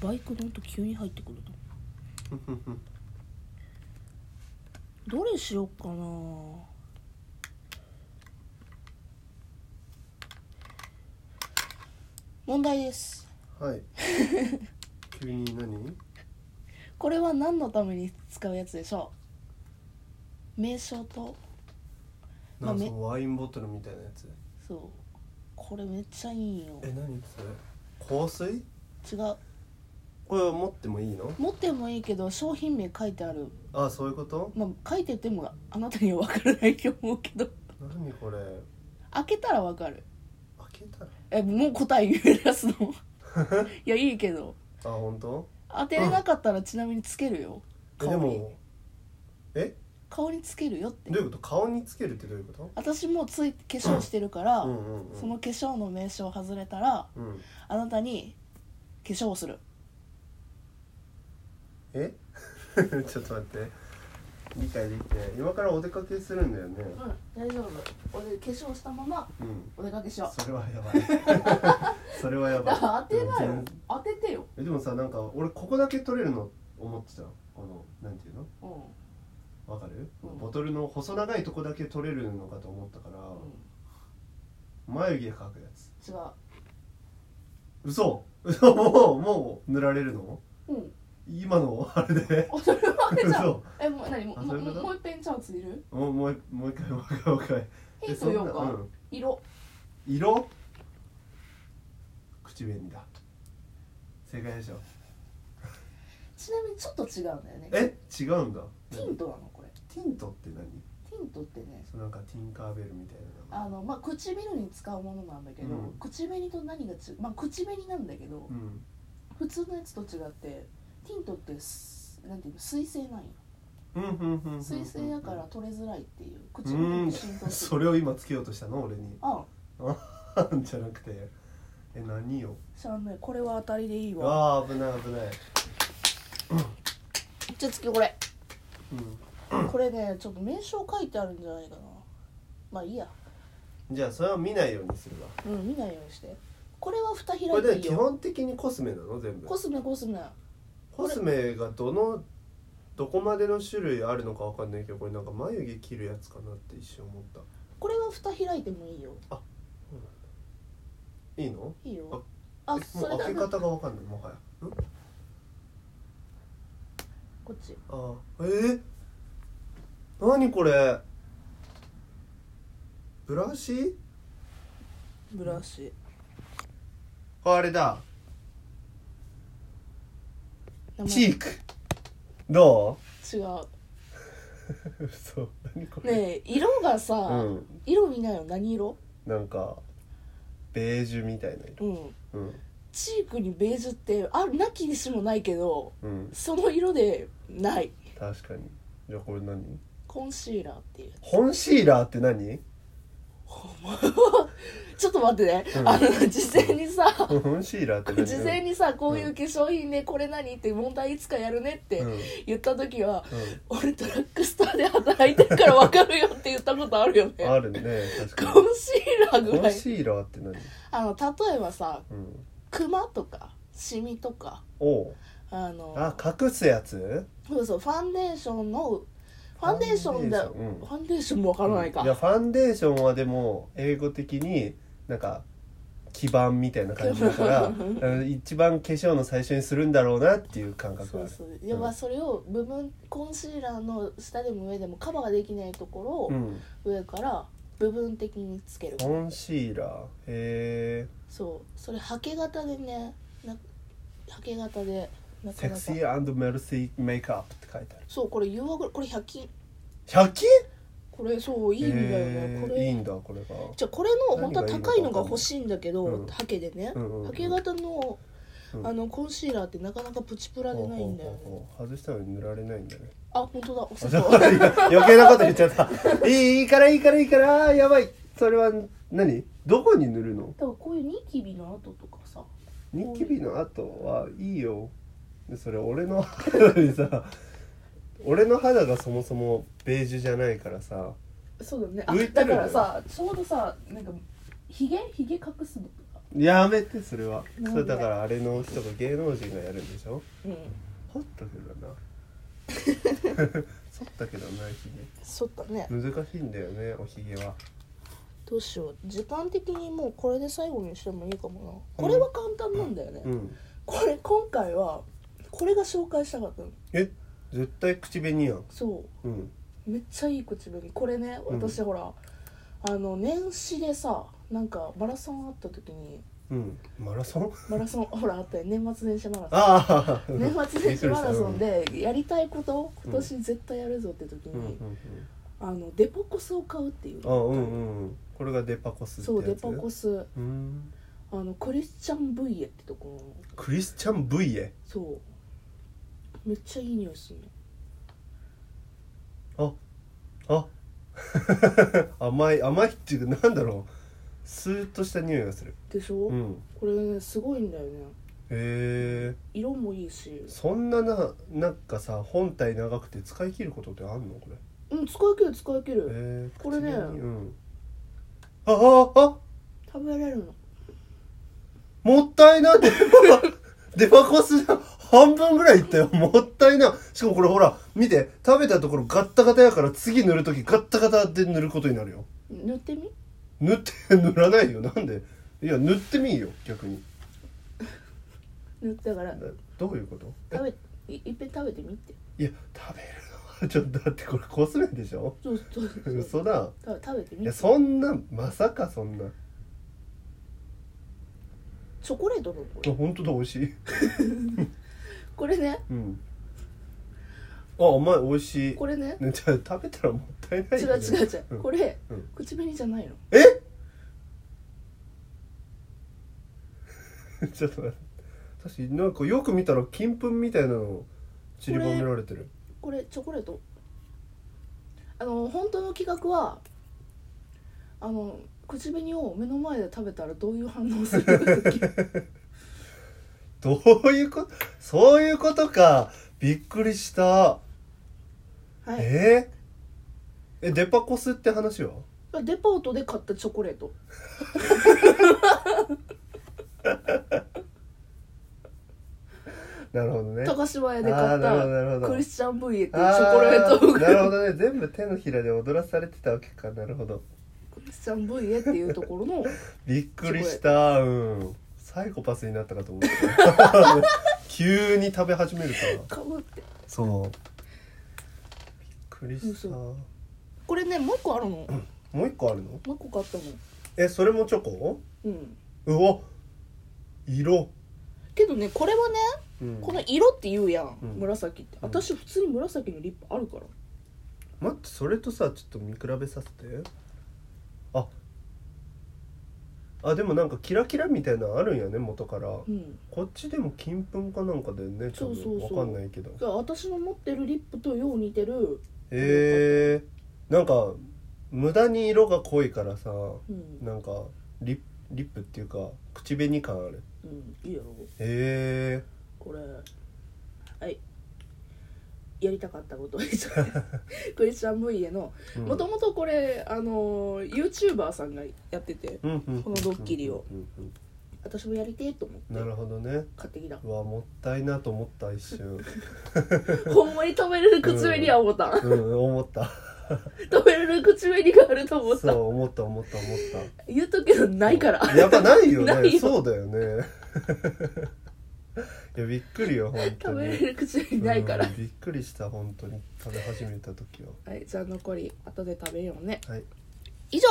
バイクの音急に入ってくるとどれしよっかな問題です はい急に何これは何のために使うやつでしょう名称とまなあんかめそのワインボトルみたいなやつそうこれめっちゃいいよえ何それ香水違うこれは持ってもいいの持ってもいいけど商品名書いてあるあそういうことまあ書いててもあなたには分からないと思うけど何これ開けたら分かる開けたらえもう答え言い出すの いやいいけどあ本当当てれなかったらちなみにつけるよえ顔でにもえ顔につけるよってどういうこと顔につけるってどういうこと私もつい化粧してるから、うんうんうんその化粧の名称外れたらうんあなたに化粧をするえ ちょっと待って理解できてない今からお出かけするんだよねうん大丈夫俺化粧したままうんお出かけしよそれはやばい それはやうばだいから当てなうよん当ててよえでもさなんか俺ここだけ取れるの思ってたこのなんていうのうん、わかる、うんボトルの細長いとこだけ取れるのかと思ったから、うん眉毛描くやつ違嘘 嘘もうもう塗られるのううん 今のあれで あそれはじゃん嘘えもう何もあもそうういうこともう一遍チャンスいるもうもうもう一回もう一回もう一回ヒント言おうか、えそんなうん色色口紅だ正解でしょちなみにちょっと違うんだよねえ違うんだティントなのこれティントって何ティントってねそうなんかティンカーベルみたいな名あ前のまあ唇に使うものなんだけど、うん口紅と何が違うまあ口紅なんだけど、うん普通のやつと違ってティントってすなんていうの水性なんようんうんうんうんうん水性だから取れづらいっていう口う紅んと浸透すそるれを今つけようとしたの俺にあ じゃなくてえ何よしゃあないこれは当たりでいいあわあ危ない危ないじゃあ次これ うこれねちょっと名称書いてあるんじゃないかなまあいいやんじゃあそれは見ないようにするわうん見ないようにしてこれは蓋開これでいていい基よ本的にコスメなの全部コスメコスメコスメがどのどこまでの種類あるのかわかんないけどこれなんか眉毛切るやつかなって一瞬思ったこれは蓋開いてもいいよいいのいいよああそもれうだ開け方がわかんないもはやんこっちああえー、何これブラシブラシあれだ名前チークど違うう 嘘何これ、ねえ色がさ、うん色見ないよ何色なんかベージュみたいな色うんうんチークにベージュってあなきにしもないけどうんその色でない確かにじゃあこれ何コンシーラーっていう コンシーラーって何ちょっと待ってね、うんあの事前にさコンシーラーって何事前にさこういう化粧品ねこれ何って問題いつかやるねってうんうん言った時は、俺ドラッグストアで働いてるから分かるよって言ったことあるよねあるね確コかンシーラーにぐコらンいシーラーって何あの例えばさうんクマとかシミとかおうあのあ隠すやつそうそうファンデーションのファンデーションだファンデーションうんファンデーションもわからないか、いやファンデーションはでも英語的になんか基盤みたいな感じだから あの一番化粧の最初にするんだろうなっていう感覚そがあうるそういやまあそれを部分コンシーラーの下でも上でもカバーができないとこうろんを上から部分的につける、コンシーラーへえそうそれ刷毛型でねな刷毛型でなかセなクかシーメルシーメイクアップって書いてあるそうこれ誘惑これ100均100均これそういいんだよへねーこれいいんだこれがじゃあこれの本当は高いのが欲しいんだけ何がいいどのかハケでねうんうんうんハケ型のうんあのコンシーラーってなかなかプチプラでないんだよねほうほうほう外したら塗られないんだね あ本当だおあ砂じゃ あ糖余計なこと言っちゃったいいいいからいいからいいからあーやばいそれは何どこに塗るのだからこういうニキビの跡とかさニキビの後はいいよでそれ俺の肌にさ俺の肌がそもそもベージュじゃないからさそうだね浮いてるんだよちょうどさなんかひげひげ隠すのとかやめてそれはなんそでれだからあれの人が芸能人がやるんでしょうんほったけどな 剃ったけどないひそったねげ難しいんだよねおひげはどうしよう時間的にもうこれで最後にしてもいいかもなこれは簡単なんだよね、うんこれ今回はこれが紹介したかったのえ絶対口紅やんそうんうめっちゃいい口紅これねうん私ほら、あの年始でさなんかマラソンあった時にうんマラソンマラソンほらあったよ年末年始マラソンああ年末年始マラソンびっくりしでやりたいこと今年絶対やるぞって時に、たうんうんうんあのデパコスを買うっていうあうんうんこれがデパコスってそやうつデパコスうんあのクリスチャン・ブイエってとこのクリスチャン・ブイエそうめっちゃいい匂いするのああ 甘い甘いっていうかなんだろうスーッとした匂いがするでしょ、うんこれねすごいんだよねへえ色もいいしそんなななんかさ本体長くて使い切ることってあんのこれうん使い切る使い切るへーこれね口紅うんあああ食べれるのもったいな デパデパコスじゃ半分ぐらいいったよもったいなしかもこれほら見て食べたところガッタガタやから次塗る時ガッタガタで塗ることになるよ塗ってみ塗って 塗らないよなんでいや塗ってみいよ逆に塗ってだからなどういうこと食べいいっぺん食べてみっていや食べるのはちょっとだってこれコスメでしょそうそうそ う嘘だ食べ食べていみやそんなまさかそんなチョコレートのこあれ本当だ美味しいこれねうんあ甘い美味しいこれねね、じゃあ食べたらもったいない違うよね違う違う、んこれ、うん口紅じゃないのえ ちょっと待って私なんかよく見たら金粉みたいなの散りばめられてるこれチョコレートあの本当の企画はあの口紅を目の前で食べたらどういう反応するかっていうどういうことそういうことかびっくりした、 はいえー、えデパコスって話はデパートで買ったチョコレートなるほどね高島屋であ買ーっなるほどなるほたどクリスチャン・ブイエっていうチあョコレートをなるほどね全部手のひらで踊らされてたわけかなるほどクリスチャン・ブイエっていうところのびっくりしたうんサイコパスになったかと思った 急に食べ始めるからかぶってそうびっくりした嘘もこれねもう一個あるのもう一個あるのう一個買ったのえそれもチョコうんうわ色、けどねこれはねうん、この色って言うやん、うん紫ってうん私普通に紫のリップあるから待ってそれとさちょっと見比べさせてああでもなんかキラキラみたいなのあるんやね元からうんこっちでも金粉かなんかだよねちょっそうそうそとうわかんないけどだから私の持ってるリップとよう似てるへえんか無駄に色が濃いからさうん、なんかリップリップっていうか口紅感あるうん、いいやろへえこれはいやりたかったことを言 っちゃったクリスチャン・ブイエのうんもともとこれあの YouTuber さんがやっててうんうんうんうんこのドッキリをうんうん私もやりてえと思なるってほどね買ってきたうわもったいなと思った一 瞬ほんまに止めれる口紅は思った、うん思った止めれる口紅があると思っそたう思った思った思っ言うとくけどないからた やっぱないよなねいよそうだよね いやびっくりよ本当食べにれる口紅ないから、うんびっくりした本当に食べ始めた時ははいじゃあ残り後で食べようねはい以上